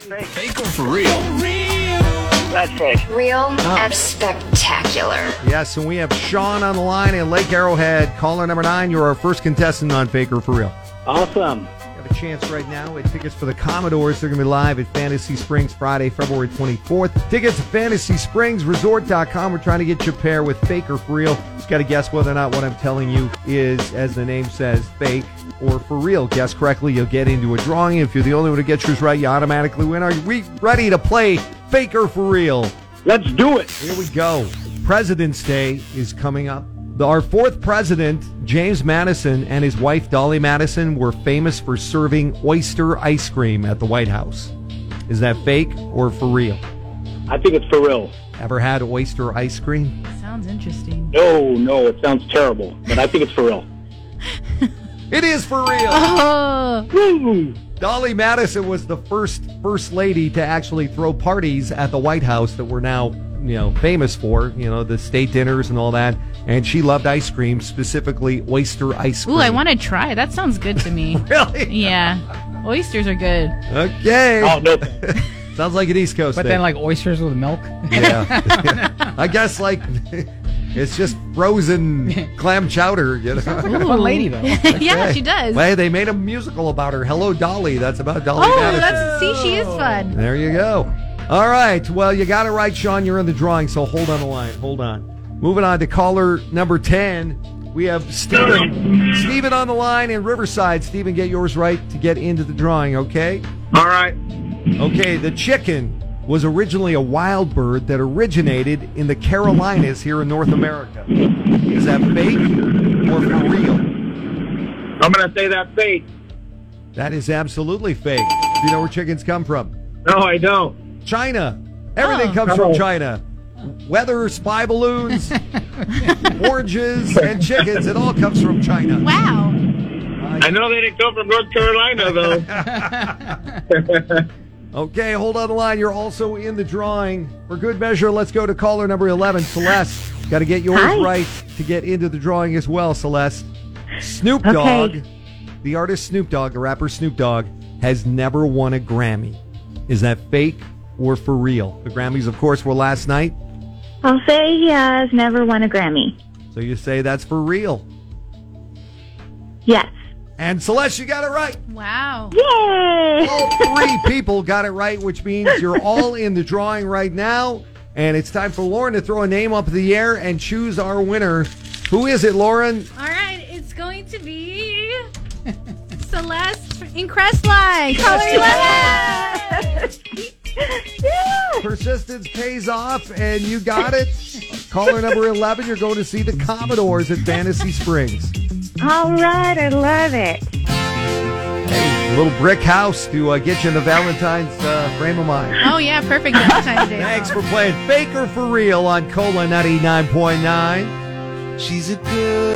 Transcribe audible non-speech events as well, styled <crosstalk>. fake. Fake or for real? That's fake. Real and spectacular. Yes, and we have Sean on the line in Lake Arrowhead. Caller number nine, you're our first contestant on Faker for Real. Awesome. Have a chance right now at tickets for the Commodores. They're going to be live at Fantasy Springs Friday, February 24th. Tickets at fantasyspringsresort.com. We're trying to get you a pair with Faker for Real. Just got to guess whether or not what I'm telling you is, as the name says, fake or for real. Guess correctly, you'll get into a drawing. If you're the only one who gets yours right, you automatically win. Are we ready to play Faker for Real? Let's do it. Here we go. President's Day is coming up. The- Our fourth president, James Madison, and his wife, Dolly Madison, were famous for serving oyster ice cream at the White House. Is that fake or for real? I think it's for real. Ever had oyster ice cream? Sounds interesting. No, no, it sounds terrible, but I think it's for real. It is for real. Oh, Woo! Dolly Madison was the first first lady to actually throw parties at the White House that we're now, you know, famous for, you know, the state dinners and all that. And she loved ice cream, specifically oyster ice cream. ooh, I want to try. That sounds good to me. Really? Yeah, oysters are good. Okay. Oh, no. Sounds like an East Coast But thing. then, like oysters with milk. yeah. <laughs> <laughs> I guess like it's just frozen clam chowder. You know? Like a fun lady <laughs> though. yeah, she does. Hey, they made a musical about her. Hello, Dolly. That's about Dolly Oh, Madison. that's see, she is fun. There you go. All right. Well, you got it right, Sean. You're in the drawing, so hold on the line. Hold on. Moving on to caller number 10. We have Steven. Steven on the line in Riverside. Steven, get yours right to get into the drawing, okay? All right. Okay, the chicken was originally a wild bird that originated in the Carolinas here in North America. Is that fake or for real? I'm going to say that fake. That is absolutely fake. Do you know where chickens come from? No, I don't. China. Everything Oh. comes from Oh. China. Weather, spy balloons, oranges, and chickens. It all comes from China. Wow. I know they didn't come from North Carolina, though. Okay, hold on the line. You're also in the drawing. For good measure, let's go to caller number 11, Celeste. Got to get yours Hi. right to get into the drawing as well, Celeste. Snoop Okay. Dogg, the artist Snoop Dogg, the rapper Snoop Dogg, has never won a Grammy. Is that fake or for real? The Grammys, of course, were last night, I'll say he has never won a Grammy. so you say that's for real. Yes. And Celeste, you got it right. Wow. Yay! All three people got it right, which means you're all in the drawing right now. And it's time for Lauren to throw a name up in the air and choose our winner. Who is it, Lauren? All right, it's going to be Celeste in Crestline. Color 11. Persistence pays off, and you got it. Caller number 11, you're going to see the Commodores at Fantasy Springs. All right, I love it. A little brick house to uh, get you in the Valentine's uh, frame of mind. Oh yeah, perfect Valentine's Day. Thanks for playing Faker for Real on Cola 99.9. She's a good.